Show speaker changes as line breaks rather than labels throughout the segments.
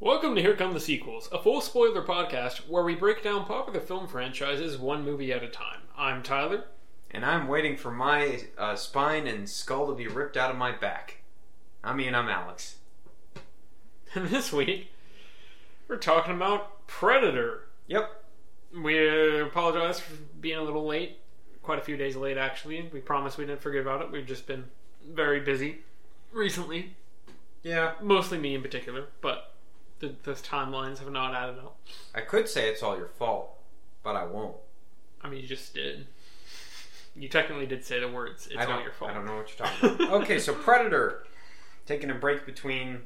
Welcome to Here Come the Sequels, a full spoiler podcast where we break down popular film franchises one movie at a time. I'm Tyler.
and I'm waiting for my uh, spine and skull to be ripped out of my back. I mean, I'm Alex.
And this week, we're talking about Predator.
Yep.
We apologize for being a little late, quite a few days late actually. We promise we didn't forget about it. We've just been very busy recently,
Yeah.
mostly me in particular, but the, the timelines have not added up.
I could say it's all your fault, but I won't.
I mean, you just did. You technically did say the words. It's
I don't,
all your fault.
I don't know what you're talking about. okay, so Predator. Taking a break between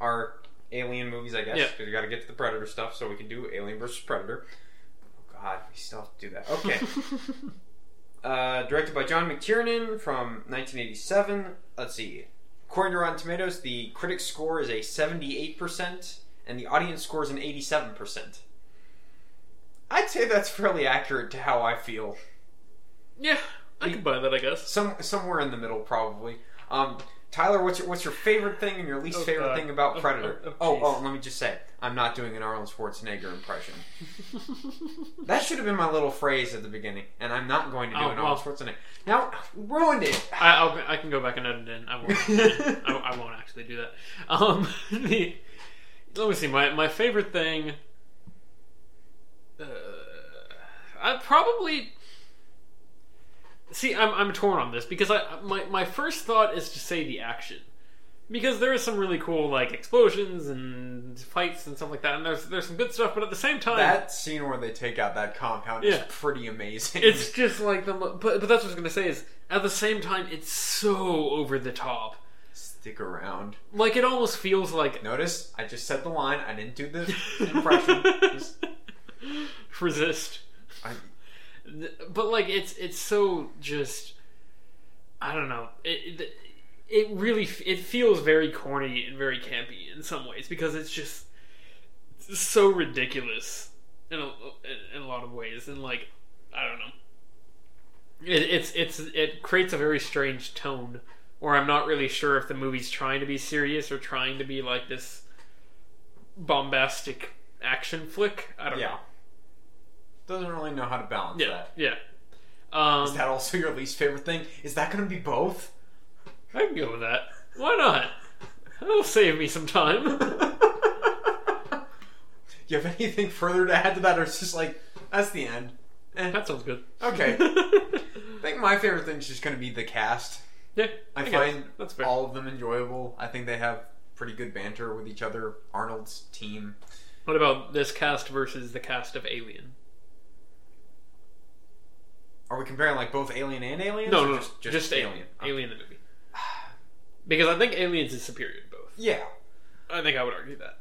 our alien movies, I guess.
Yeah.
'cause we got to get to the Predator stuff so we can do Alien versus Predator. Oh, God, we still have to do that. Okay. Uh, directed by John McTiernan from 1987. Let's see. According to Rotten Tomatoes, the critic score is a 78%, and the audience score is an 87%. I'd say that's fairly accurate to how I feel.
yeah, I could buy that, I guess.
Some somewhere in the middle, probably. Um, Tyler, what's your what's your favorite thing and your least
Oh,
favorite
God.
thing about
Oh,
Predator?
oh,
Oh,
oh,
oh,
jeez.
let me just say, I'm not doing an Arnold Schwarzenegger impression. That should have been my little phrase at the beginning, and I'm not going to do
Oh,
an
well.
Arnold Schwarzenegger. Now, ruined it.
I, I'll, I can go back and edit it in. I won't. edit it in. I, I won't actually do that. Um, the, let me see. My my favorite thing. Uh, I probably. See, I'm I'm torn on this because I my my first thought is to say the action. Because there is some really cool like explosions and fights and stuff like that, and there's there's some good stuff, but at the same time,
That scene where they take out that compound
Yeah.
is pretty amazing.
It's just like the, mo- but, but that's what I was gonna say is at the same time it's so over the top,
stick around.
like it almost feels like
Notice I just said the line. I didn't do the impression. Just-
resist.
I,
But like it's it's so just, I don't know. It it, it really f- it feels very corny and very campy in some ways because it's just so ridiculous in a, in a lot of ways and like I don't know. It, it's it's it creates a very strange tone, or I'm not really sure if the movie's trying to be serious or trying to be like this bombastic action flick. I don't
yeah,
know.
doesn't really know how to balance
Yeah,
that.
yeah. Um,
Is that also your least favorite thing? Is that going to be both?
I can go with that. Why not? That'll save me some time.
you have anything further to add to that, or it's just like that's the end? Eh,
That sounds good.
okay. I
yeah,
think my favorite thing is just going to be the cast. I,
guess.
find
that's fair.
all of them enjoyable. I think they have pretty good banter with each other. Arnold's team.
What about this cast versus the cast of Alien?
Are we comparing like both Alien and Aliens?
No,
or
no,
just,
just, just Alien.
Okay.
Alien the movie. Because I think Aliens is superior to both.
Yeah,
I think I would argue that.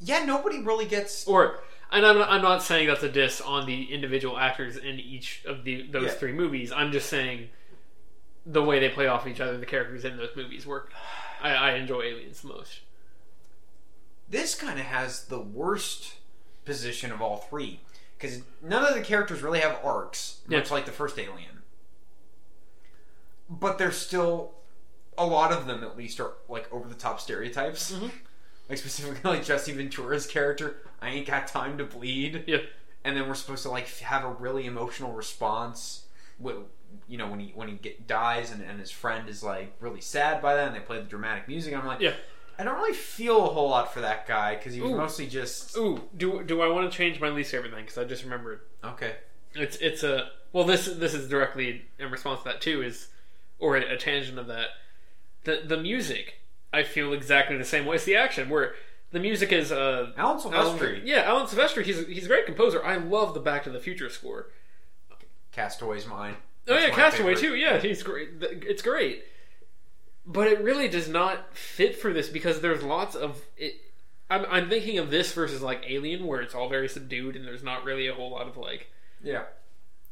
yeah. Nobody really gets.
Or, and I'm not, I'm not saying that's a diss on the individual actors in each of the those
Yeah.
three movies. I'm just saying the way they play off each other, the characters in those movies work. I, I enjoy Aliens the most.
This kind of has the worst position of all three because none of the characters really have arcs,
Yeah.
much like the first Alien. But there's still a lot of them, at least, are like over the top stereotypes.
Mhm.
Like specifically, like Jesse Ventura's character, "I ain't got time to bleed."
Yeah.
and then we're supposed to like f- have a really emotional response wi- you know when he when he get, dies and, and his friend is like really sad by that and they play the dramatic music i'm like
Yeah.
i don't really feel a whole lot for that guy because he was
Ooh.
mostly just
Ooh, do do I want to change my least favorite thing? Because I just remembered
okay
it's it's a well this this is directly in response to that too is or a, a tangent of that the the music I feel exactly the same way as the action where the music is uh
alan
Alan-
silvestri
yeah Alan Silvestri he's he's a great composer I love the Back to the Future score
castaway's mine
Oh
That's
yeah,
my
Castaway
favorite.
too. Yeah, he's great. Th- It's great, but it really does not fit for this because there's lots of. It, I'm I'm thinking of this versus like Alien, where it's all very subdued and there's not really a whole lot of like
yeah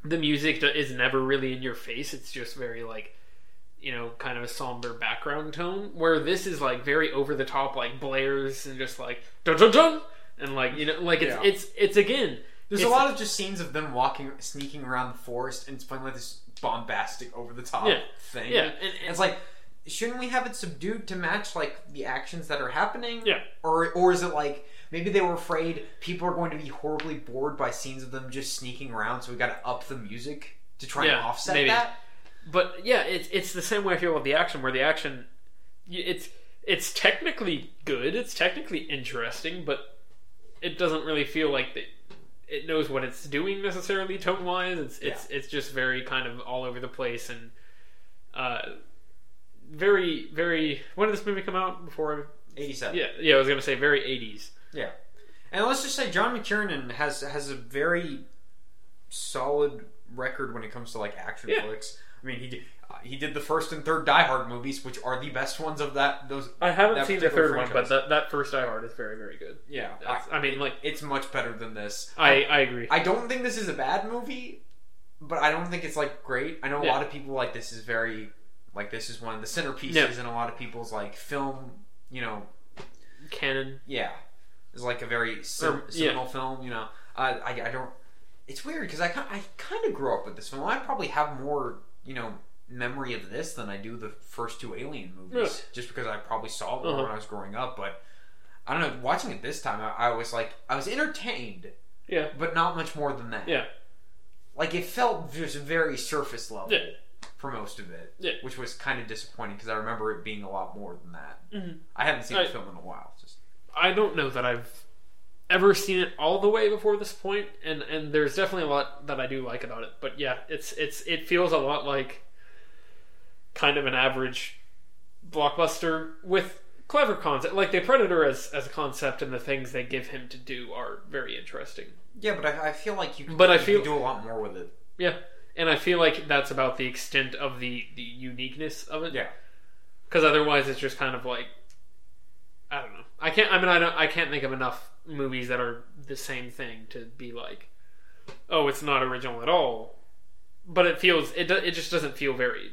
the music do- is never really in your face. It's just very like you know kind of a somber background tone. Where this is like very over the top, like blares and just like dun dun dun, and like you know like it's
Yeah.
it's it's again.
there's a
it's-
lot of just scenes of them walking sneaking around the forest and it's playing like this bombastic over-the-top
Yeah.
thing
Yeah, and- and-
it's like shouldn't we have it subdued to match like the actions that are happening?
Yeah.
Or or is it like maybe they were afraid people are going to be horribly bored by scenes of them just sneaking around, so we got to up the music to try and
Yeah,
offset
maybe.
that?
But yeah, it's it's the same way I feel about the action, where the action, y- it's it's technically good, it's technically interesting, but it doesn't really feel like that it knows what it's doing necessarily tone wise. It's it's it's just very kind of all over the place and uh, very very. When did this movie come out? Before I,
Eighty-seven.
yeah yeah, I was gonna say very eighties.
Yeah. And let's just say John McTiernan has has a very solid record when it comes to like action
Yeah.
flicks. I mean, he did, uh, he did the first and third Die Hard movies, which are the best ones of that those.
I haven't
That
seen the
particular
third one, but
franchise.
that that first Die Hard is very very good.
Yeah, I,
That's- I mean, like
it's much better than this.
I I agree.
I don't think this is a bad movie, but I don't think it's like great. I know a
Yeah.
lot of people like this is very like this is one of the centerpieces
Yeah.
in a lot of people's like film. You know,
Canon.
yeah, it's like a very sim-
Or- yeah.
seminal film. You know, uh, I I don't. It's weird because I ki- I kind of grew up with this film. I probably have more you know memory of this than I do the first two Alien movies,
Really?
just because I probably saw it more
Uh-huh.
when I was growing up. But I don't know. Watching it this time, I, I was like I was entertained,
Yeah.
but not much more than that.
Yeah.
Like it felt just very surface level
Yeah.
for most of it,
Yeah.
which was kind of disappointing because I remember it being a lot more than that.
Mhm.
I haven't seen
I-
the film in a while. Just
I don't know that I've ever seen it all the way before this point, and and there's definitely a lot that I do like about it. But yeah, it's it's it feels a lot like kind of an average blockbuster with clever concept. Like the Predator as as a concept and the things they give him to do are very interesting.
Yeah, but I, I feel like you. Can,
But I
you can
feel-
do a lot more with it.
Yeah. And I feel like that's about the extent of the, the uniqueness of it.
Yeah,
because otherwise it's just kind of like I don't know. I can't. I mean, I don't. I can't think of enough movies that are the same thing to be like, oh, it's not original at all. But it feels it. Do, it just doesn't feel very.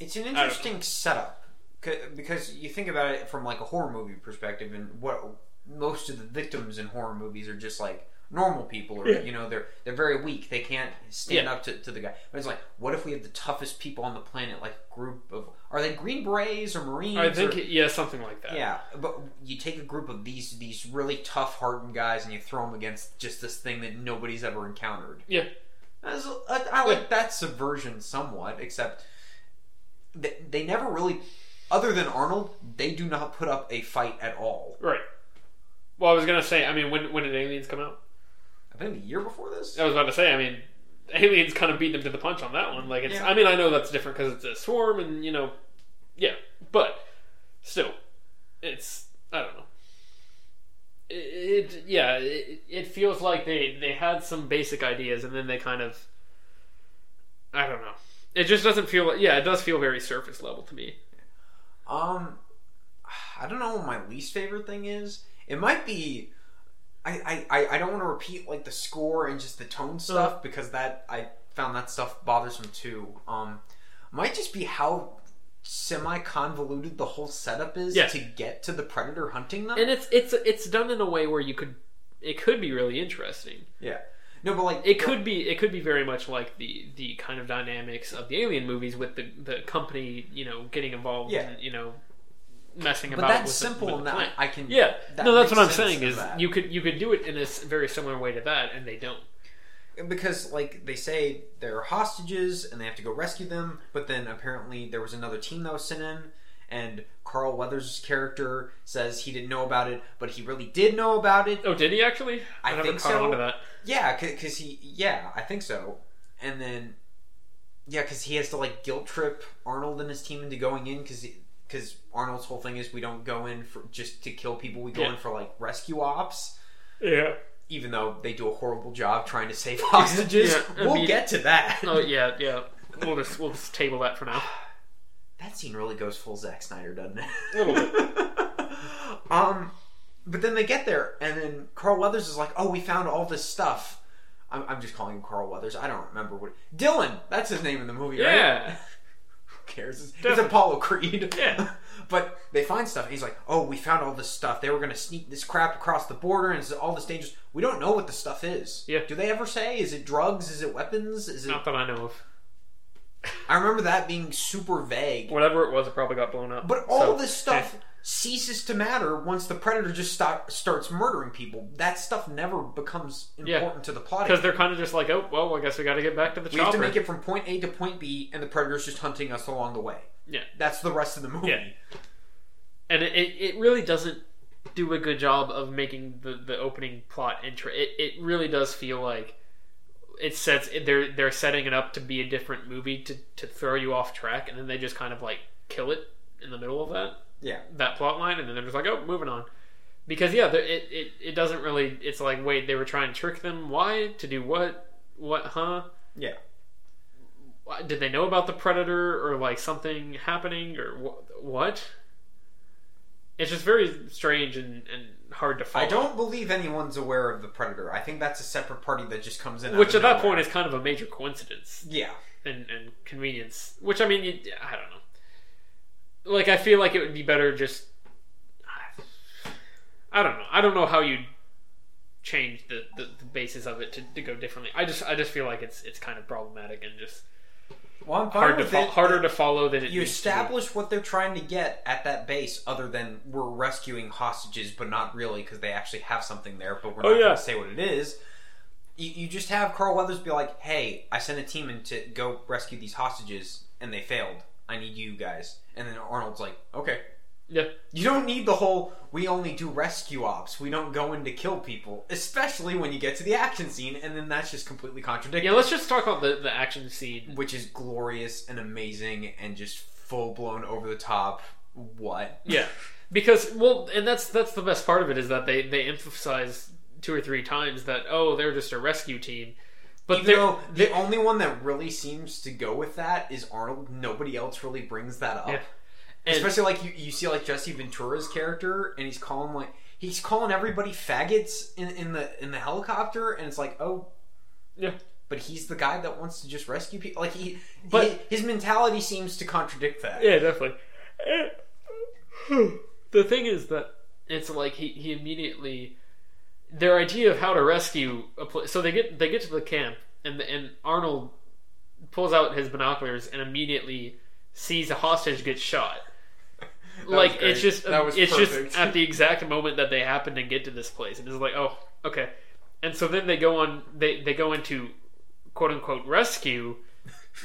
it's an interesting setup c- because you think about it from like a horror movie perspective, and what most of the victims in horror movies are just like normal people, or
Yeah.
you know, they're they're very weak. They can't stand
Yeah.
up to, to the guy. But it's like, what if we have the toughest people on the planet, like a group of are they Green Berets or Marines?
I think
or-
it, yeah, something like that.
yeah, but you take a group of these these really tough, hardened guys, and you throw them against just this thing that nobody's ever encountered.
Yeah.
That's, I, I like that subversion somewhat, except they, they never really, other than Arnold, they do not put up a fight at all.
Right. Well, I was gonna say. I mean, when when did Aliens come out?
I think the year before this.
I was about to say. I mean, Aliens kind of beat them to the punch on that one. Like, it's.
Yeah.
I mean, I know that's different because it's a swarm, and you know, yeah. But still, it's. I don't know. It, it yeah. It, it feels like they they had some basic ideas, and then they kind of. I don't know. It just doesn't feel. Yeah, it does feel very surface level to me.
Um, I don't know what my least favorite thing is. It might be. I, I, I- I don't want to repeat like the score and just the
Uh-huh.
tone stuff because that I found that stuff bothersome too. Um, might just be how semi convoluted the whole setup is
Yeah.
to get to the predator hunting them.
And it's it's it's done in a way where you could. It could be really interesting.
yeah, no, but like
It could be it could be very much like the the kind of dynamics of the alien movies with the the company you know getting involved
Yeah.
and you know messing
But
about.
that's
with the-
simple,
with the
and that
plant.
I can.
yeah, no, that's
makes
what I'm
sense
saying
to
is
that.
you could you could do it in a s- very similar way to that, and they don't.
because like they say they're hostages and they have to go rescue them but then apparently there was another team that was sent in and carl weathers' character says he didn't know about it but he really did know about it
Oh, did he actually?
I
never
think
caught
so.
on to that.
yeah because he yeah i think so and then yeah because he has to like guilt trip arnold and his team into going in because because arnold's whole thing is we don't go in for just to kill people we go
Yeah.
in for like rescue ops
Yeah.
even though they do a horrible job trying to save hostages.
Yeah, I
we'll
mean-
get to that.
Oh yeah, yeah. We'll just we'll just table that for now.
That scene really goes full Zack Snyder, doesn't it?
Little
um, but then they get there, and then Carl Weathers is like, "Oh, we found all this stuff." I'm, I'm just calling him Carl Weathers. I don't remember what Dylan. That's his name in the movie, right?
Yeah.
Who cares? It's, it's
Definitely.
Apollo Creed.
Yeah.
but they find stuff, and he's like, "Oh, we found all this stuff. They were going to sneak this crap across the border, and it's all this dangerous. We don't know what the stuff is.
Yeah.
Do they ever say? Is it drugs? Is it weapons? Is it
Not that I know of.
I remember that being super vague.
Whatever it was, it probably got blown up.
But all
So,
this stuff
eh.
ceases to matter once the predator just stop, starts murdering people. That stuff never becomes
Yeah.
important to the plot.
Because they're kind of just like, oh, well, I guess we got to get back to the
We have
chopper.
to make it from point A to point B, and the predator's just hunting us along the way.
Yeah.
That's the rest of the movie.
Yeah. and it, it, it really doesn't do a good job of making the, the opening plot intro. It, it really does feel like it sets they're they're setting it up to be a different movie to, to throw you off track, and then they just kind of like kill it in the middle of that
Yeah.
that plot line, and then they're just like, oh, moving on. Because yeah, there- it, it it doesn't really. It's like wait, they were trying to trick them. Why to do what? What? Huh?
Yeah.
Why- Did they know about the predator or like something happening or wh- what? It's just very strange and, and hard to follow.
I don't believe anyone's aware of the predator. I think that's a separate party that just comes in. out
Which
of
at that
nowhere.
point is kind of a major coincidence
yeah,
and, and convenience. Which I mean, you, I don't know. Like I feel like it would be better just. I don't know. I don't know how you change the, the, the basis of it to, to go differently. I just I just feel like it's it's kind of problematic and just
well, I'm fine
hard to
with
fo-
it.
harder to follow than it
You
needs to be.
establish what they're trying to get at that base, other than we're rescuing hostages, but not really because they actually have something there, but we're
Oh,
not
yeah.
going to say what it is. You, you just have Carl Weathers be like, "Hey, I sent a team in to go rescue these hostages, and they failed. I need you guys." And then Arnold's like, "Okay."
Yeah.
You don't need the whole we only do rescue ops. We don't go in to kill people, especially when you get to the action scene and then that's just completely contradictory,
Yeah, let's just talk about the, the action scene.
which is glorious and amazing and just full blown over the top. What?
Yeah. Because well, and that's that's the best part of it is that they they emphasize two or three times that oh, they're just a rescue team. But
Even
they're-
though the only one that really seems to go with that is Arnold, nobody else really brings that up.
Yeah. And-
Especially like you, you see like Jesse Ventura's character, and he's calling like he's calling everybody faggots in, in the in the helicopter, and it's like oh
Yeah.
but he's the guy that wants to just rescue people. Like he,
But-
he- his mentality seems to contradict that.
Yeah, definitely. the thing is that it's like he, he immediately their idea of how to rescue a place. So they get they get to the camp and and Arnold pulls out his binoculars and immediately sees a hostage get shot. like
great.
it's just
That was
it's
perfect.
just at the exact moment that they happen to get to this place and it's like oh okay and so then they go on they they go into quote unquote rescue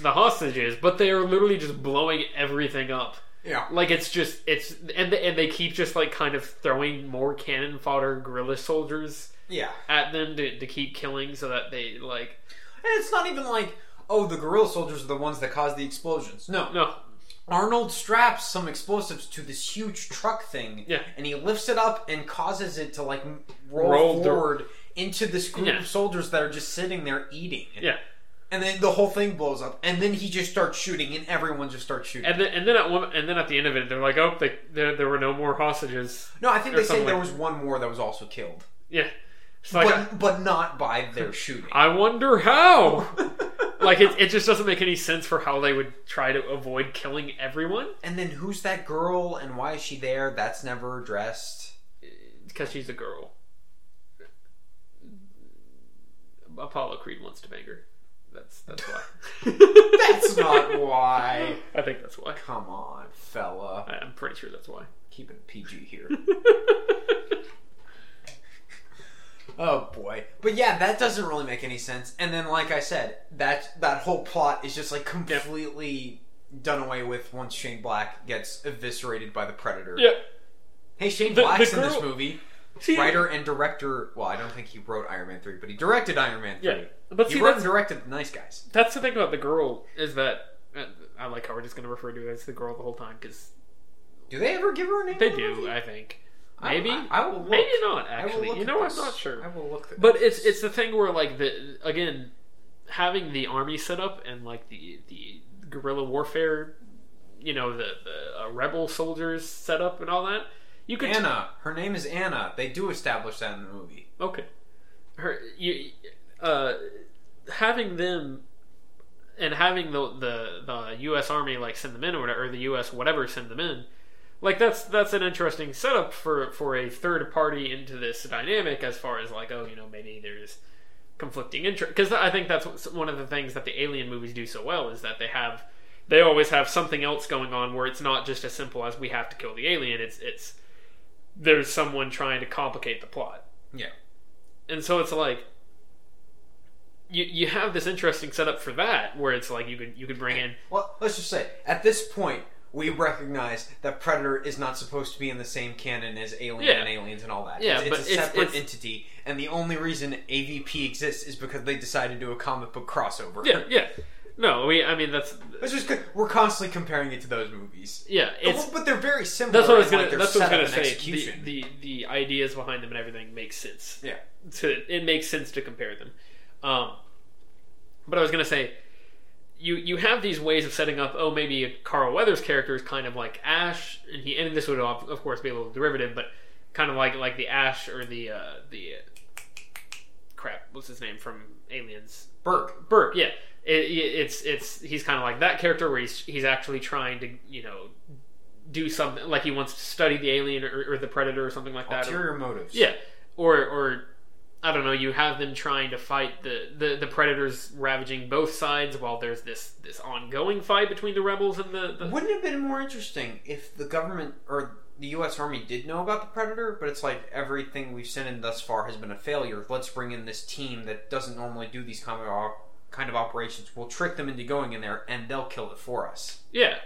the hostages but they are literally just blowing everything up
Yeah.
like it's just it's and they, and they keep just like kind of throwing more cannon fodder guerrilla soldiers
Yeah.
at them to, to keep killing so that they like
And it's not even like, oh, the guerrilla soldiers are the ones that caused the explosions. No.
no
Arnold straps some explosives to this huge truck thing,
Yeah.
and he lifts it up and causes it to like m- roll,
Roll the-
forward into this group
Yeah.
of soldiers that are just sitting there eating.
yeah
And then the whole thing blows up, and then he just starts shooting, and everyone just starts shooting.
and then and then at one and then at the end of it they're like oh they, there there were no more hostages
no, I think
Or
they say
something
there
like- Oh,
was one more that was also killed,
yeah it's like
but but not by their shooting.
I wonder how. like it, it just doesn't make any sense for how they would try to avoid killing everyone
And then who's that girl and why is she there? That's never addressed.
because she's a girl. Apollo Creed wants to bang her. That's that's why.
That's not why.
I think that's why.
Come on, fella.
I- I'm pretty sure that's why.
Keep it PG here. Oh boy. But yeah, that doesn't really make any sense. And then like I said, that that whole plot is just like completely done away with once Shane Black gets eviscerated by the predator.
yeah.
Hey, Shane
The- the
Black's in this
girl-
movie.
See,
Writer and director, well, I don't think he wrote Iron Man 3, but he directed Iron Man 3.
Yeah. But see,
He wrote and
that's,
directed The Nice Guys.
that's the thing about the girl is that uh, I like how we're just going to refer to her as the girl the whole time because
Do they ever give her a name?
they
in the
do.
movie?
I think
I-
maybe
I, I will look.
maybe not
I will
actually.
look
You
at
know, I'm
this.
not sure.
I will look. At
But it's
this.
it's the thing where like the again having the army set up and like the the guerrilla warfare, you know the, the uh, rebel soldiers set up and all that. You could
Anna. Her name is Anna. They do establish that in the movie.
okay her you uh having them and having the the the U.S. Army like send them in or whatever, or the U.S. whatever send them in. Like that's that's an interesting setup for for a third party into this dynamic as far as like oh you know maybe there's conflicting interest because I think that's what's- one of the things that the Alien movies do so well is that they have they always have something else going on where it's not just as simple as we have to kill the alien. It's it's there's someone trying to complicate the plot,
Yeah.
and so it's like you you have this interesting setup for that where it's like you could you could bring in
Well, let's just say at this point we recognize that Predator is not supposed to be in the same canon as Alien
Yeah.
and Aliens and all that.
Yeah,
it's, it's
but
a
it's-
separate
it's-
entity, and the only reason AVP exists is because they decided to do a comic book crossover.
yeah yeah no we I mean that's
It's just good. we're constantly comparing it to those movies.
yeah it's
but they're very similar.
that's what I was
in,
gonna
like, their
that's what I was
setup
gonna
and
say the,
Execution.
the the ideas behind them and everything makes sense
yeah.
to it makes sense to compare them. Um, but I was gonna say, you you have these ways of setting up. Oh, maybe Carl Weathers' character is kind of like Ash, and he and this would of of course be a little derivative, but kind of like like the Ash or the uh, the uh, crap. What's his name from Aliens?
Burke.
Burke. Yeah, it, it- it's it's he's kind of like that character where he's he's actually trying to you know do something like he wants to study the alien or, or the predator or something like that. or-
Ulterior motives.
yeah, or or I don't know. You have them trying to fight the, the the predators ravaging both sides while there's this this ongoing fight between the rebels and the. the
Wouldn't it have been more interesting if the government or the U.S. Army did know about the Predator, but it's like everything we've sent in thus far has been a failure. Let's bring in this team that doesn't normally do these kind of op- kind of operations. We'll trick them into going in there, and they'll kill it for us.
yeah,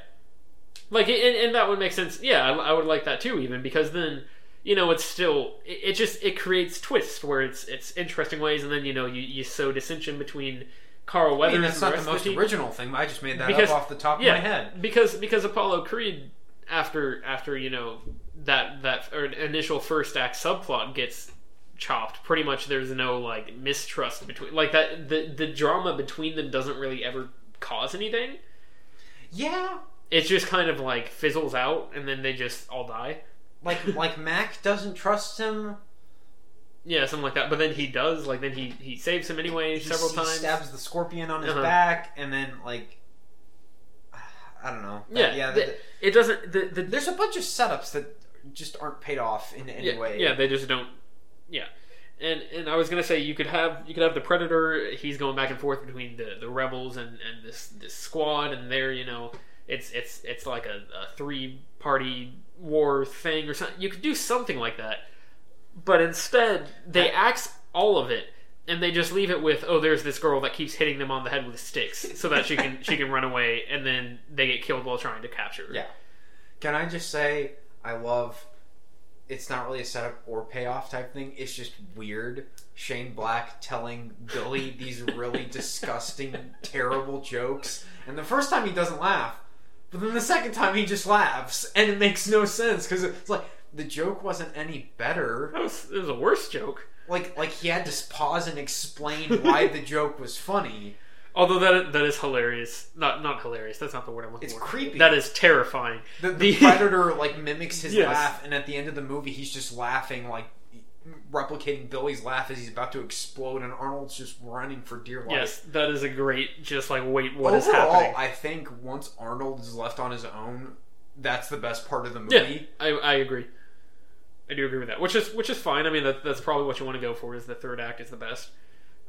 like and, and that would make sense. Yeah, I, I would like that too, even because then you know it's still it, it just it creates twists where it's it's interesting ways, and then you know you you sow dissension between Carl
I
Weathers
mean,
and
that's not the
rest of
most
team.
original thing. I just made that
Because-
up off the top
yeah,
of my head.
because because Apollo Creed after after you know that that or initial first act subplot gets chopped pretty much there's no like mistrust between like that the the drama between them doesn't really ever cause anything
Yeah,
it just kind of like fizzles out and then they just all die
like like Mac doesn't trust him.
yeah something like that but then he does like then he he saves him anyway
He-
several
he
times
stabs the scorpion on his
Uh-huh.
back, and then like I don't know.
yeah
yeah.
the-
the-
it doesn't the, the
There's a bunch of setups that just aren't paid off in any
yeah,
way.
Yeah, they just don't. Yeah, and and I was gonna say you could have you could have the predator. He's going back and forth between the the rebels and and this this squad, and they're you know it's it's it's like a, a three party war thing or something. You could do something like that, but instead they axe all of it. And they just leave it with, oh, there's this girl that keeps hitting them on the head with sticks, so that she can she can run away, and then they get killed while trying to capture her.
Yeah. Can I just say I love it's not really a setup or payoff type thing. It's just weird. Shane Black telling Billy these really disgusting, terrible jokes. And the first time he doesn't laugh, but then the second time he just laughs. And it makes no sense because it's like the joke wasn't any better.
that was, it was a worse joke.
Like like he had to pause and explain why the joke was funny.
Although that that is hilarious. Not not hilarious. That's not the word I'm looking
It's
for.
creepy.
That is terrifying.
The, the
The-
predator like mimics his
Yes.
laugh, and at the end of the movie, he's just laughing like replicating Billy's laugh as he's about to explode, and Arnold's just running for dear life.
Yes, that is a great. Just like wait, what is
Overall,
happening?
I think once Arnold is left on his own, that's the best part of the movie.
Yeah, I, I agree. I do agree with that. Which is which is fine. I mean, that, that's probably what you want to go for. Is the third act is the best.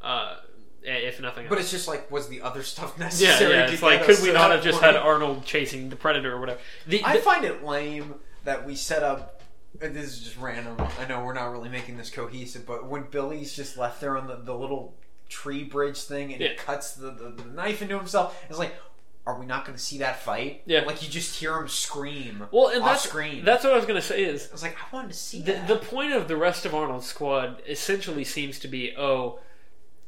Uh, if nothing
But
else.
it's just like, was the other stuff
Yeah,
necessary?
yeah.
to
It's
get
like,
us
could
to
we not
that
have just
point?
had Arnold chasing the predator or whatever? The,
I
the-
find it lame that we set up. and This is just random. I know we're not really making this cohesive, but when Billy's just left there on the, the little tree bridge thing and he
Yeah.
cuts the, the, the knife into himself, it's like, are we not going to see that fight?
Yeah.
Like you just hear him scream
well, and
off
that's
screen.
that's what I was gonna say is
I was like, I wanted to see
The,
that.
the point of the rest of Arnold's squad essentially seems to be, oh,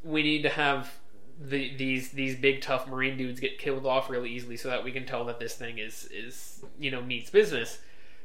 we need to have the, these these big tough marine dudes get killed off really easily so that we can tell that this thing is is you know means business.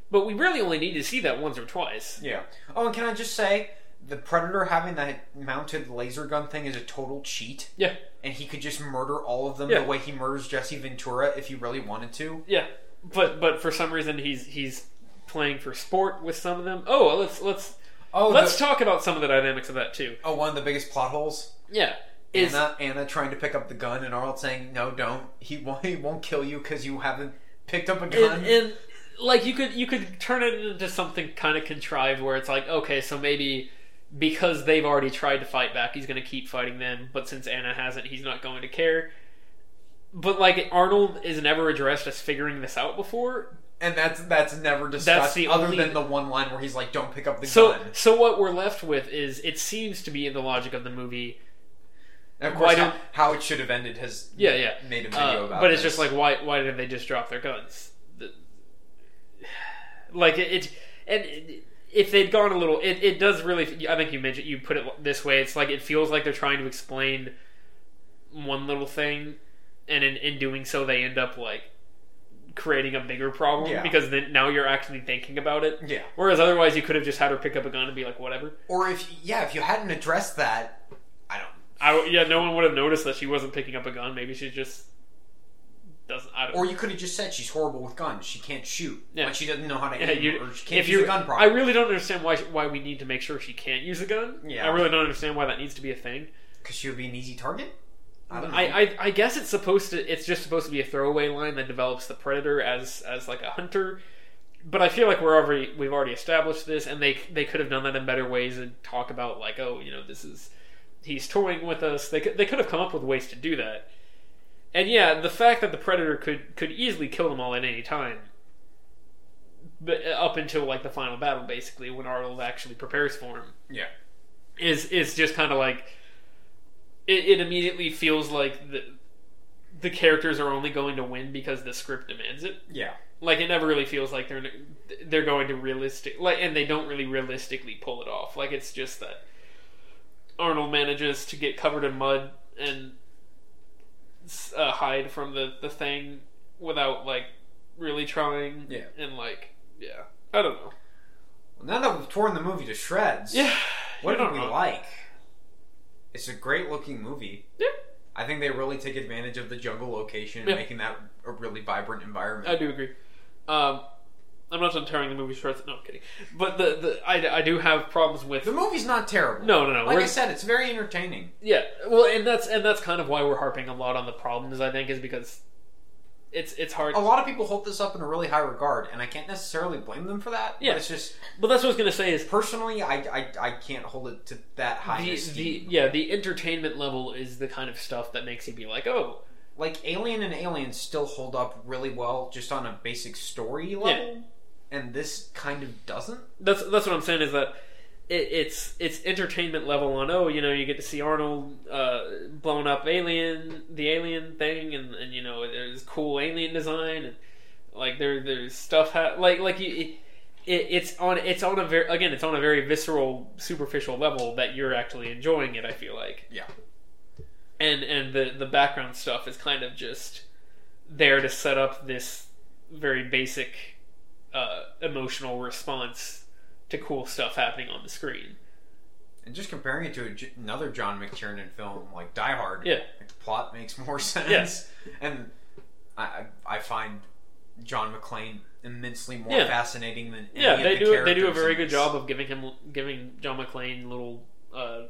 But we really only need to see that once or twice.
yeah. Oh, and can I just say, the Predator having that mounted laser gun thing is a total cheat,
Yeah,
and he could just murder all of them
Yeah.
the way he murders Jesse Ventura if he really wanted to.
yeah. But but for some reason he's he's playing for sport with some of them. Oh, well, let's let's
Oh,
let's talk about some of the dynamics of that too.
Oh, one of the biggest plot holes.
Yeah, is
Anna, Anna trying to pick up the gun, and Arnold saying, "No, don't. He won't. He won't kill you because you haven't picked up a gun."
and, and like you could you could turn it into something kind of contrived where it's like okay so maybe because they've already tried to fight back, he's going to keep fighting them. But since Anna hasn't, he's not going to care. But like Arnold is never addressed as figuring this out before.
and that's that's never discussed
the
other
only-
than the one line where he's like, "Don't pick up the
So
gun."
so what we're left with is it seems to be in the logic of the movie.
And of
why
course, how,
don't-
how it should have ended has
Yeah, yeah.
made a video
Uh,
about.
but it's
this.
just like why why did they just drop their guns? The- Like it, it and it- if they'd gone a little, it, it does really. I think you mentioned you put it this way. It's like it feels like they're trying to explain one little thing, and in, in doing so, they end up like creating a bigger problem
Yeah.
because then now you're actually thinking about it.
yeah,
Whereas otherwise, you could have just had her pick up a gun and be like, whatever.
or if yeah, if you hadn't addressed that, I don't.
I w- yeah, no one would have noticed that she wasn't picking up a gun. Maybe she just doesn't. I don't.
Or you could have just said she's horrible with guns. She can't shoot.
Yeah.
But she doesn't know how to
Yeah,
aim.
you-
or she can't
if
use
you,
a gun
I
properly.
really don't understand why why we need to make sure she can't use a gun.
Yeah.
I really don't understand why that needs to be a thing.
Because she would be an easy target. I don't know.
I, I I guess it's supposed to. It's just supposed to be a throwaway line that develops the predator as as like a hunter. But I feel like we're already we've already established this, and they they could have done that in better ways and talk about like oh you know this is he's toying with us. They could, they could have come up with ways to do that. And yeah, the fact that the predator could could easily kill them all at any time, but uh, up until like the final battle, basically when Arnold actually prepares for him
yeah.
is is just kind of like it, it immediately feels like the the characters are only going to win because the script demands it.
Yeah.
Like it never really feels like they're they're going to realistic like and they don't really realistically pull it off. Like it's just that Arnold manages to get covered in mud and s- uh, hide from the the thing without like really trying.
Yeah.
And like yeah, I don't know.
Well, now that we've torn the movie to shreds,
Yeah.
what
I
did
don't
we
know.
like? It's a great looking movie.
Yeah.
I think they really take advantage of the jungle location and
Yeah. Uh,
making that a really vibrant environment.
I do agree. Um, I'm not done tearing the movie short. No, I'm kidding. But the, the I, I do have problems with
the movie's not terrible.
no no no.
Like I
we're-
said, it's very entertaining.
yeah, well, and that's and that's kind of why we're harping a lot on the problems. I think is because it's it's hard.
A lot of people hold this up in a really high regard, and I can't necessarily blame them for that. but
Yeah.
it's just
But that's what I was gonna say is
personally, I, I, I can't hold it to that high
the, the
esteem.
yeah the entertainment level is the kind of stuff that makes you be like oh
like Alien and Aliens still hold up really well just on a basic story level, and this kind of doesn't.
that's that's what I'm saying is that it, it's it's entertainment level on oh you know you get to see Arnold uh, blown up alien the alien thing and, and you know there's cool alien design and like there there's stuff ha- like like you. It, it, it's on it's on a very again it's on a very visceral superficial level that you're actually enjoying it I feel like
Yeah.
and and the the background stuff is kind of just there to set up this very basic uh, emotional response to cool stuff happening on the screen.
And just comparing it to a j another John McTiernan film like Die Hard,
Yeah.
like, the plot makes more sense.
Yes.
And I, I I find John McClane immensely more
Yeah.
fascinating than any
yeah,
of
they
the
do they do a
characters
very
in
good
this.
job of giving him giving John McClane little uh,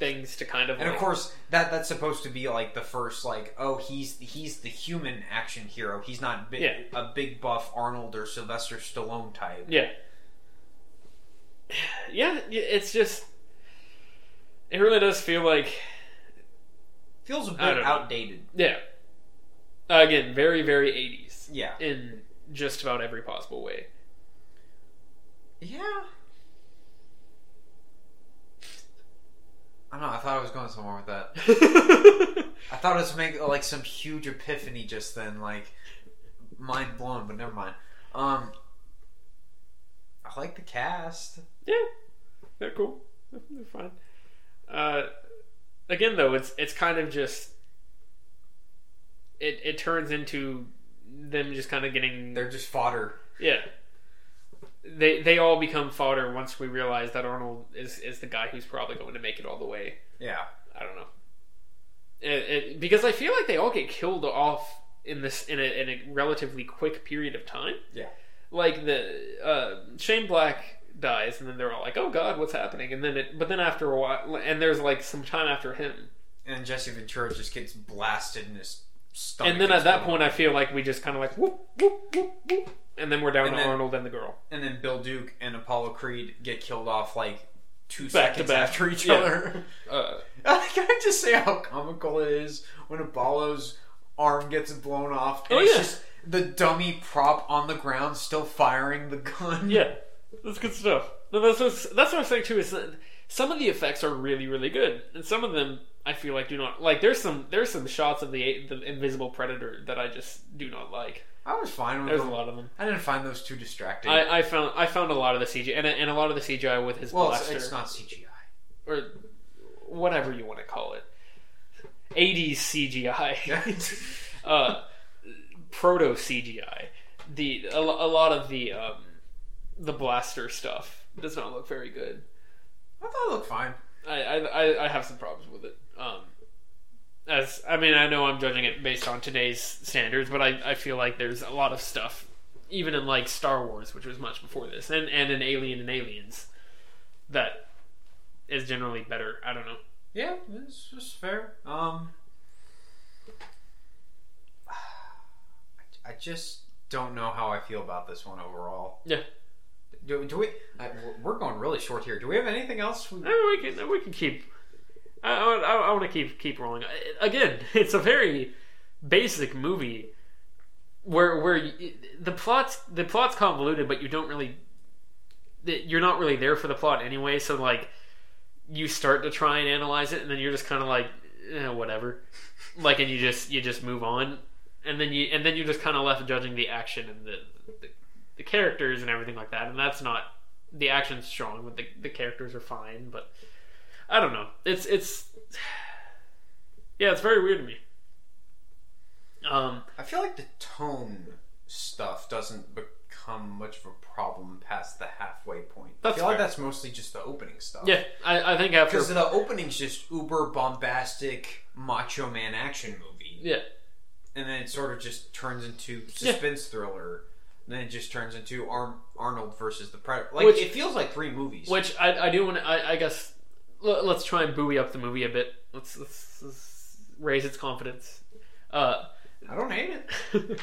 things to kind of
And of
like-
course, that that's supposed to be like the first, like, oh, he's he's the human action hero. He's not big,
Yeah.
a big buff Arnold or Sylvester Stallone type.
yeah yeah y- it's just it really does feel like
Feels a bit
I don't know.
outdated.
yeah again very very 80s
Yeah.
in just about every possible way.
Yeah. I don't know. I thought I was going somewhere with that. I thought it was make like some huge epiphany just then, like mind blown. But never mind. Um, I like the cast.
yeah, they're cool. They're fine. Uh, again, though, it's it's kind of just it it turns into them just kind of getting
They're just fodder.
yeah. They they all become fodder once we realize that Arnold is is the guy who's probably going to make it all the way.
Yeah.
I don't know. It, it, because I feel like they all get killed off in this in a, in a relatively quick period of time.
Yeah.
Like the uh, Shane Black dies, and then they're all like, "Oh God, what's happening?" And then it, but then after a while, and there's like some time after him,
And Jesse Ventura just gets blasted in his stomach.
and then at that
explodes.
point, I feel like we just kind of like whoop whoop whoop whoop, and then we're down
And
to
then-
Arnold and the girl.
and then Bill Duke and Apollo Creed get killed off like two
Back to
seconds
back.
after each
Yeah.
other.
Uh,
Can I just say how comical it is when Abalo's arm gets blown off and
Oh,
it's
yeah.
just the dummy prop on the ground still firing the gun?
yeah, that's good stuff. No, that's what's, that's what I'm saying too. Is that some of the effects are really really good, and some of them I feel like do not like. There's some there's some shots of the the invisible predator that I just do not like.
I was fine with
There's a
them.
lot of them.
I didn't find those too distracting.
I, I found I found a lot of the CGI and, and a lot of the CGI with his
well, it's,
blaster
it's not CGI.
or whatever you want to call it, 80s CGI, uh, proto CGI. The a, lo- a lot of the um, the blaster stuff does not look very good.
I thought it looked fine.
I I, I- I have some problems with it. Um, as I mean, I know I'm judging it based on today's standards, but I, I feel like there's a lot of stuff, even in like Star Wars, which was much before this, and and in Alien and Aliens, that is generally better. I don't know.
Yeah, it's just fair. Um, I, I just don't know how I feel about this one overall.
Yeah.
Do, do we? I, we're going really short here. Do we have anything else? We,
I mean, we can we can keep. I I, I want to keep keep rolling. I- Again, it's a very basic movie where where you, the plots the plot's convoluted, but you don't really that you're not really there for the plot anyway. So like you start to try and analyze it, and then you're just kind of like eh, whatever, like and you just you just move on, and then you and then you're just kind of left judging the action and the, the the characters and everything like that, and that's not the action's strong, but the, the characters are fine. But I don't know. It's it's yeah, it's very weird to me. Um,
I feel like the tone stuff doesn't become much of a problem past the halfway point.
That's
I feel like
fair.
that's mostly just the opening stuff.
yeah, I, I think after
Because the opening's just uber bombastic macho man action movie.
yeah,
and then it sort of just turns into suspense thriller. And then it just turns into Ar- Arnold versus the Predator. Like
Which-
it feels like three movies.
which I, I do want. to I, I guess l- let's try and buoy up the movie a bit. Let's let's, let's raise its confidence. Uh,
I don't hate it.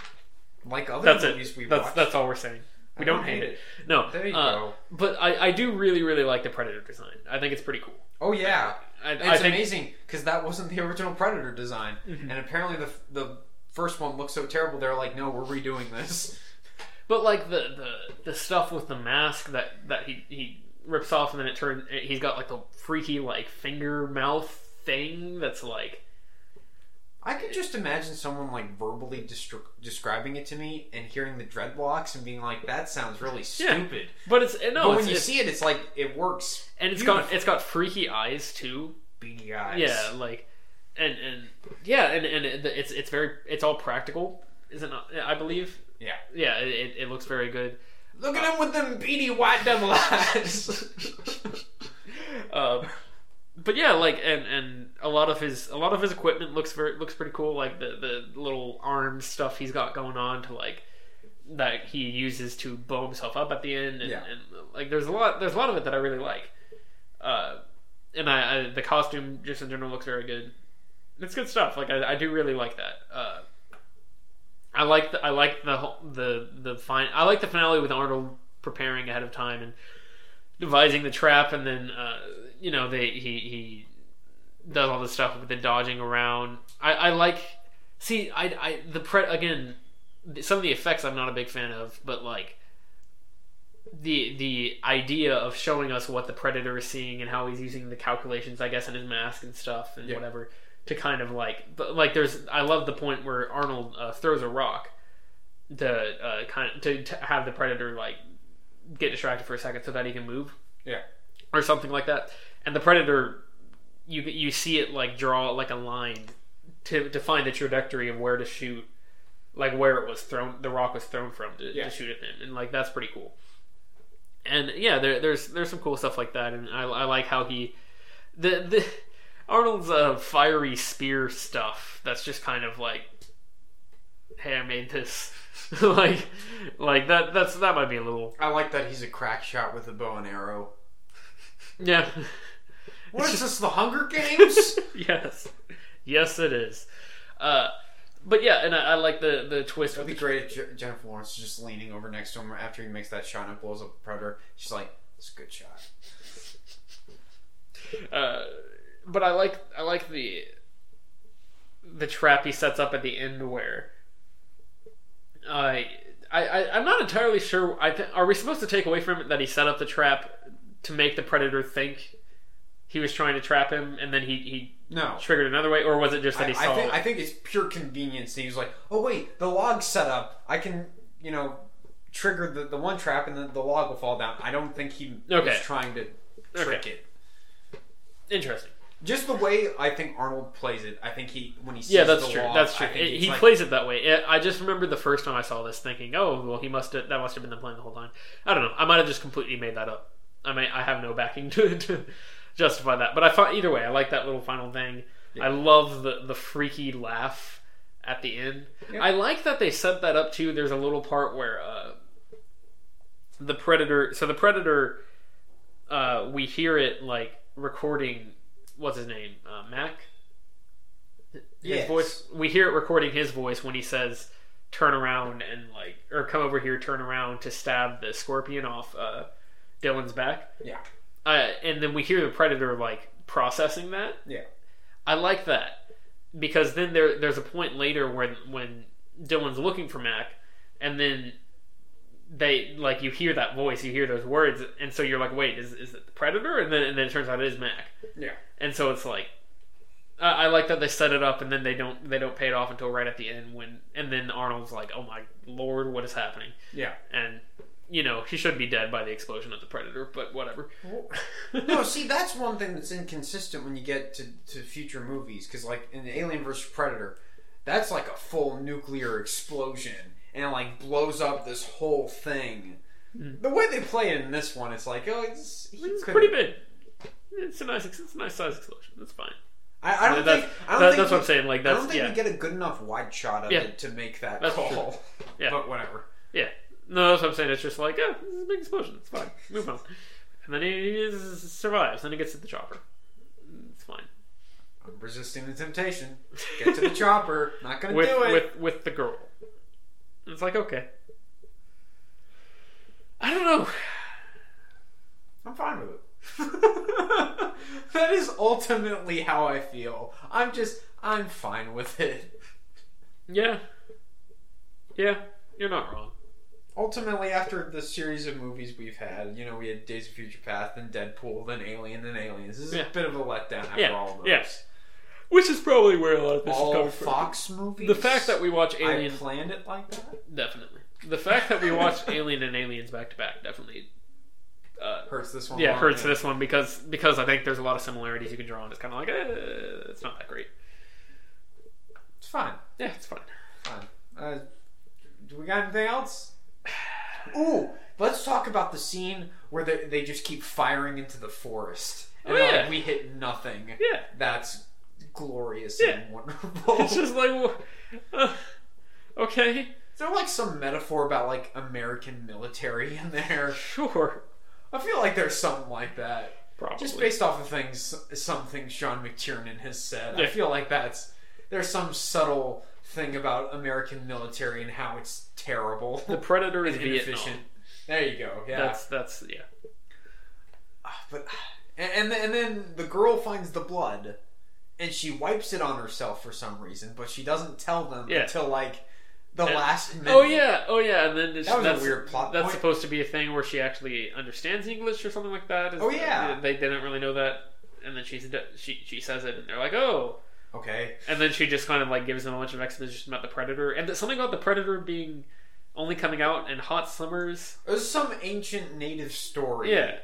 Like other
that's
movies we
it. That's
watched.
that's all we're saying. We
I
don't hate it. No,
There you
uh,
go.
But I, I do really really like the Predator design. I think it's pretty cool.
Oh yeah,
I, I
it's
think Mm-hmm.
amazing because that wasn't the original Predator design, and apparently the the first one looked so terrible. They're like, no, we're redoing this.
But like the, the the stuff with the mask that that he he rips off and then it turns he's got like the freaky like finger mouth thing that's like
I could just imagine someone like verbally destri- describing it to me and hearing the dreadlocks and being like, that sounds really
Yeah.
stupid.
but it's no
But when
it's,
you
it's-
see it, it's like it works.
and it's got it's got freaky eyes too
beady eyes.
yeah like and and yeah and and it, it's it's very it's all practical is it not I believe
Yeah.
yeah it, it, it looks very good
Look at him with them beady white devil eyes.
um, but yeah, like and and a lot of his a lot of his equipment looks very looks pretty cool. Like the the little arm stuff he's got going on to like that he uses to blow himself up at the end, and,
Yeah.
and like there's a lot there's a lot of it that I really like. Uh, and I, I the costume just in general looks very good. It's good stuff. Like I, I do really like that. Uh, I like the I like the whole- the the fine I like the finale with Arnold preparing ahead of time and devising the trap and then uh, you know they he he does all this stuff with the dodging around. I, I like see I I the pre again some of the effects I'm not a big fan of, but like the the idea of showing us what the predator is seeing and how he's using the calculations, I guess, in his mask and stuff and
Yeah.
whatever to kind of like but like there's I love the point where Arnold uh, throws a rock to uh, kind of, to, to have the predator like get distracted for a second so that he can move
yeah.
or something like that. And the predator, you you see it like draw like a line to to find the trajectory of where to shoot, like where it was thrown, the rock was thrown from to,
Yeah.
to shoot at them, and like that's pretty cool. And yeah, there, there's there's some cool stuff like that, and I, I like how he the the Arnold's uh, fiery spear stuff. That's just kind of like, hey, I made this. like, like that. That's that might be a little
I like that he's a crack shot with a bow and arrow.
yeah.
What is this, the Hunger Games?
yes, yes, it is. Uh, but yeah, and I, I like the the twist.
It'd
With
be
the,
great if Je- Jennifer Lawrence is just leaning over next to him after he makes that shot and blows up a predator. She's like, it's a good shot.
Uh, but I like I like the the trap he sets up at the end where I I, I I'm not entirely sure. I th- are we supposed to take away from it that he set up the trap to make the predator think he was trying to trap him, and then he he
No.
triggered another way, or was it just that
I,
he
I
saw
think,
it?
I think it's pure convenience. He was like, oh, wait, the log's set up. I can, you know, trigger the, the one trap and the, the log will fall down. I don't think he was
Okay.
trying to trick
Okay.
it.
Interesting.
Just the way I think Arnold plays it. I think he, when he sees
Yeah, that's
the
true.
log,
that's true.
I think
It-
he's
he
like,
plays it that way. It, I just remember the first time I saw this, thinking, "Oh, well, he must have. That must have been the plan the whole time." I don't know. I might have just completely made that up. I may. I have no backing to, to justify that. But I thought either way, I like that little final thing. I love the the freaky laugh at the end.
Yeah.
I like that they set that up too. There's a little part where uh, the predator. So the predator, uh, we hear it like recording. What's his name? Uh, Mac his
Yes.
voice we hear it recording his voice when he says turn around and like or come over here turn around to stab the scorpion off uh, dylan's back
Yeah.
uh, and then we hear the predator like processing that
Yeah.
i like that because then there there's a point later when when dylan's looking for mac and then they like you hear that voice you hear those words and so you're like wait is, is it the predator and then and then it turns out it is mac
Yeah.
and so it's like I, I like that they set it up and then they don't they don't pay it off until right at the end when and then Arnold's like oh my lord what is happening
Yeah.
and you know he should be dead by the explosion of the predator but whatever
No, see, that's one thing that's inconsistent when you get to, to future movies. Because, like, in Alien vs. Predator, that's like a full nuclear explosion. And it, like, blows up this whole thing. The way they play it in this one, it's like, oh, it's, he
Hmm. it's
could've-
pretty big it's a nice it's a nice size explosion that's fine
I, I don't
that's,
think. I don't
that-
think
that's
we,
what I'm saying like
I don't
that's
think
yeah
we get a good enough wide shot of
Yeah.
it to make that
That's
call.
Yeah.
But whatever.
yeah no that's what I'm saying it's just like oh this is a big explosion it's fine move on and then he, he is, survives then he gets to the chopper it's fine
I'm resisting the temptation. Get to the chopper. Not gonna
with
do it.
with with the girl. And It's like okay. I don't know.
I'm fine with it. that is ultimately how I feel. I'm just, I'm fine with it.
Yeah. Yeah, you're not wrong.
Ultimately, after the series of movies we've had, you know, we had Days of Future Past, then Deadpool, then Alien, then Aliens. This is
Yeah.
a bit of a letdown after
Yeah,
all of those.
yeah. Which is probably where a lot of this is
All
coming from.
Fox movies.
The fact that we watch
I
Alien
planned it like that
definitely. The fact that we watched Alien and Aliens back to back definitely uh,
hurts this one.
yeah,
more,
hurts this one because because I think there's a lot of similarities you can draw on. It's kind of like eh, it's not that great.
It's fine.
Yeah, it's fine.
Fine. Uh, do we got anything else? Ooh, let's talk about the scene where they, they just keep firing into the forest. And
Oh,
they're
yeah.
like, we hit nothing.
Yeah,
That's glorious
Yeah.
and wonderful.
it's just like wh- uh, okay,
Is there like some metaphor about like American military in there?
sure,
I feel like there's something like that.
probably.
Just based off of things, some things Sean McTiernan has said, I
Yeah.
feel like that's there's some subtle thing about American military and how it's terrible.
The Predator is
and
Vietnam.
inefficient. There you go. Yeah.
That's that's yeah.
But and and then, and then the girl finds the blood, and she wipes it on herself for some reason, but she doesn't tell them
Yeah.
until like the
And-
last minute.
Oh yeah, oh yeah, and then it's,
That was a
that's,
weird plot
That's
point.
supposed to be a thing where she actually understands English or something like that. Is-
Oh, yeah.
they, they didn't really know that, and then she's she she says it, and they're like, oh,
Okay.
and then she just kind of like gives them a bunch of exposition about the Predator and that something about the Predator being only coming out in hot summers.
It was some ancient native story.
Yeah.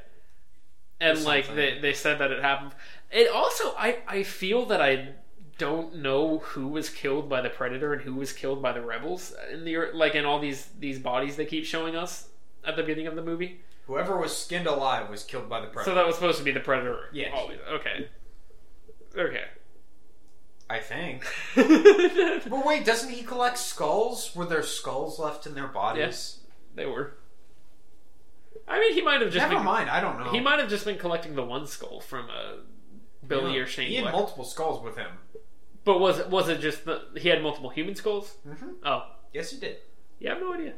And
Or
like
something.
they, they said that it happened. It also I I feel that I don't know who was killed by the predator and who was killed by the rebels in the er, like in all these these bodies they keep showing us at the beginning of the movie.
Whoever was skinned alive was killed by the predator.
So that was supposed to be the predator.
Yes.
Always. Okay. Okay.
I think. But wait, doesn't he collect skulls? Were there skulls left in their bodies?
they were. I mean, he might have just
Never
been,
mind. I don't know.
he might have just been collecting the one skull from uh, Billy
Yeah.
or Shane.
He had
Black.
multiple skulls with him.
but was it was it just the he had multiple human skulls?
Mm-hmm.
Oh,
Yes, he did.
Yeah, I have no idea.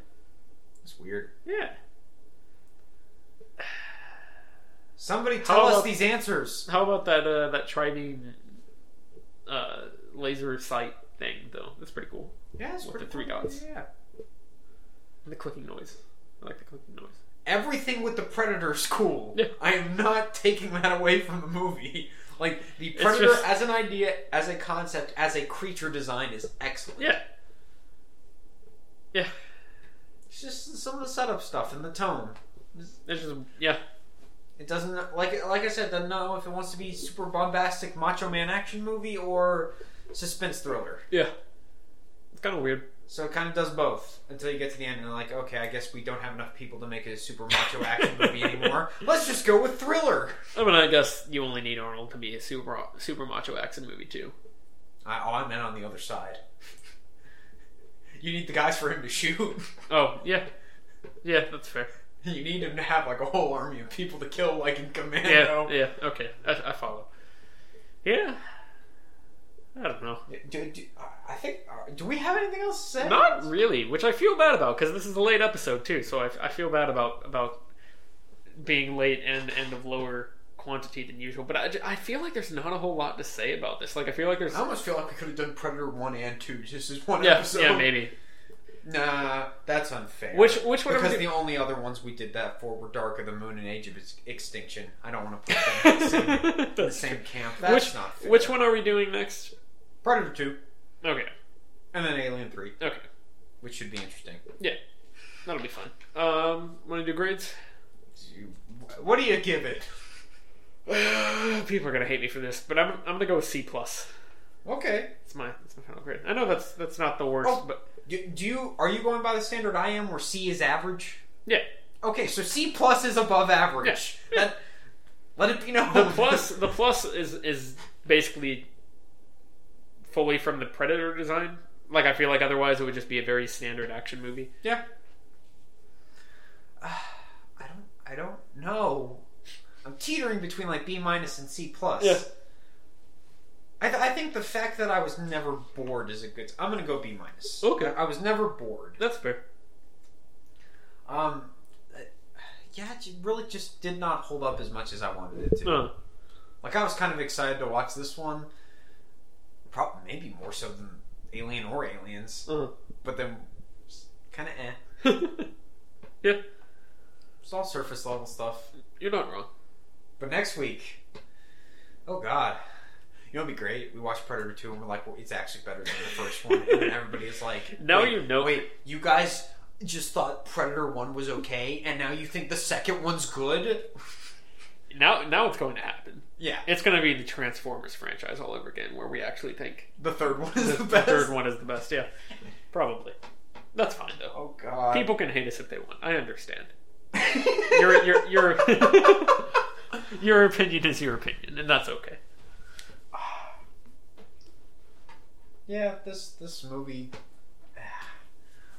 It's weird.
Yeah.
Somebody
How
tell us
about-
these answers.
How about that uh, that tridine uh, laser sight thing though? That's pretty cool.
Yeah, it's
With
pretty
the three
cool.
dots.
Yeah.
And the clicking noise. I like the clicking noise.
Everything with the Predator is cool.
Yeah.
I am not taking that away from the movie. Like the
It's
Predator
just-
as an idea, as a concept, as a creature design is excellent.
Yeah. Yeah.
It's just some of the setup stuff and the tone.
It's just yeah.
It doesn't like like I said, doesn't know if it wants to be super bombastic macho man action movie or suspense thriller.
Yeah. It's kind of weird.
So it kind of does both until you get to the end and you're like, okay, I guess we don't have enough people to make a super macho action movie anymore. Let's just go with thriller.
I mean, I guess you only need Arnold to be a super super macho action movie too.
I, oh, I meant on the other side. You need the guys for him to shoot.
Oh yeah, yeah, that's fair.
You need him to have like a whole army of people to kill, like in
Yeah,
Commando.
yeah, okay, I, I follow. Yeah, I don't know.
Do, do, I think. uh, Do we have anything else to say?
Not really, which I feel bad about because this is a late episode too. So I, I feel bad about about being late and and of lower quantity than usual. But I, ju- I feel like there's not a whole lot to say about this. Like I feel like there's
I almost feel like we could have done Predator one and two just as one
yeah
episode.
yeah maybe
Nah, that's unfair.
which which would
because
have
the only other ones we did that for were Dark of the Moon and Age of Ex- Extinction. I don't want to put them in the same, in the same camp. That's
which
not fair.
which one are we doing next?
Predator two
Okay,
and then Alien three,
okay,
which should be interesting.
yeah, that'll be fun. Um, want to do grades?
What do you give it?
People are gonna hate me for this, but I'm I'm gonna go with C plus.
Okay.
It's my it's my final grade. I know that's that's not the worst,
Oh.
but
Do, do you are you going by the standard I am, where C is average?
yeah,
Okay, so C plus is above average.
Yeah.
That, let it be known.
the plus the plus is is basically fully from the Predator design. Like I feel like otherwise it would just be a very standard action movie.
Yeah. I don't. I don't know. I'm teetering between like B minus and C plus.
Yeah.
I, th- I think the fact that I was never bored is a good. I'm gonna go B minus.
Okay.
I, I was never bored.
That's fair.
Um. uh, Yeah, it really just did not hold up as much as I wanted it to.
Uh,
Like I was kind of excited to watch this one. Probably maybe more so than Alien or Aliens,
uh.
but then kind of eh.
yeah,
It's all surface level stuff.
you're not wrong.
But next week, oh god, you know, it'd be great. We watch Predator Two, and we're like, well, it's actually better than the first one. And then everybody's like,
Now
wait,
you know.
Wait, you guys just thought Predator One was okay, and now you think the second one's good?
Now now it's going to happen.
Yeah,
It's going to be the Transformers franchise all over again, where we actually think
the third one is
the
the, best.
third one is the best. Yeah, probably. That's fine though.
Oh god,
People can hate us if they want. I understand. Your your your your opinion is your opinion, and that's okay.
yeah, this this movie. ah,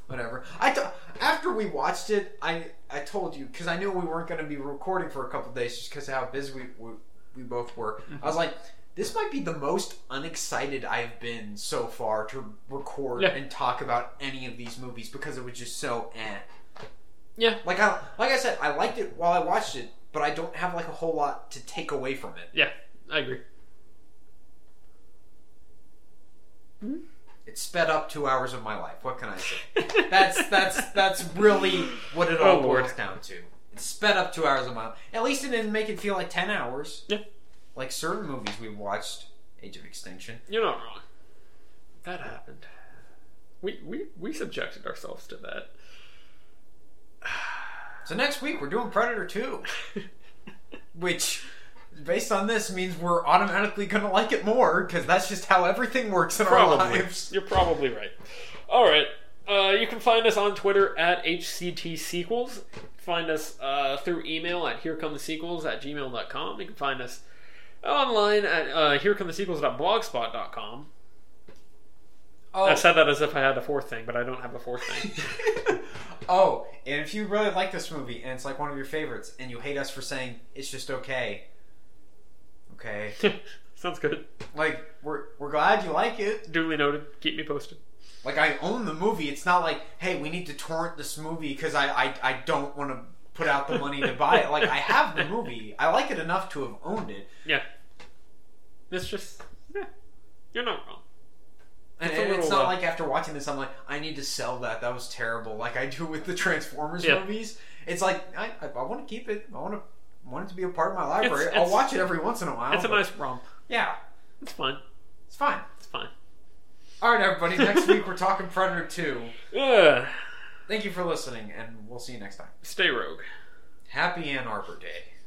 Whatever. I t- after we watched it, I I told you because I knew we weren't going to be recording for a couple days just because of how busy we, we we both were.
Mm-hmm.
I was like, this might be the most unexcited I've been so far to record
Yeah.
and talk about any of these movies because it was just so eh.
Yeah.
Like I like I said, I liked it while I watched it, but I don't have like a whole lot to take away from it.
Yeah, I agree.
It sped up two hours of my life. What can I say? That's that's that's really what it
Oh,
all
Lord.
boils down to. It sped up two hours a mile. At least it didn't make it feel like ten hours.
Yeah.
Like certain movies we watched, Age of Extinction.
You're not wrong. That happened. We we we subjected ourselves to that.
So next week we're doing Predator Two, which, based on this, means we're automatically gonna like it more because that's just how everything works in our
probably.
lives.
You're probably right. All right. Uh, you can find us on Twitter at HCT Sequels. Find us uh, through email at herecomethesequels at gmail.com. You can find us online at uh, herecomethesequels.blogspot.com.
Oh,
I said that as if I had a fourth thing, but I don't have a fourth thing.
oh, and if you really like this movie and it's like one of your favorites, and you hate us for saying it's just okay, okay,
Sounds good.
like we're we're glad you like it.
Duly noted. Keep me posted.
Like I own the movie. It's not like hey, we need to torrent this movie because I, I I don't want to put out the money to buy it. Like I have the movie. I like it enough to have owned it.
Yeah. It's just. Yeah. You're not wrong.
And,
It's a
and it's
little,
not
uh,
like after watching this, I'm like, I need to sell that. That was terrible. Like I do with the Transformers
Yeah.
movies. It's like I, I, I want to keep it. I want to want it to be a part of my library.
It's-
I'll
it's-
watch it every once in a while.
It's a
but-
nice romp.
yeah.
It's fine.
It's fine.
It's fine.
All right, everybody. Next week we're talking Predator Two.
Ugh.
Thank you for listening, and we'll see you next time.
Stay rogue.
Happy Ann Arbor Day.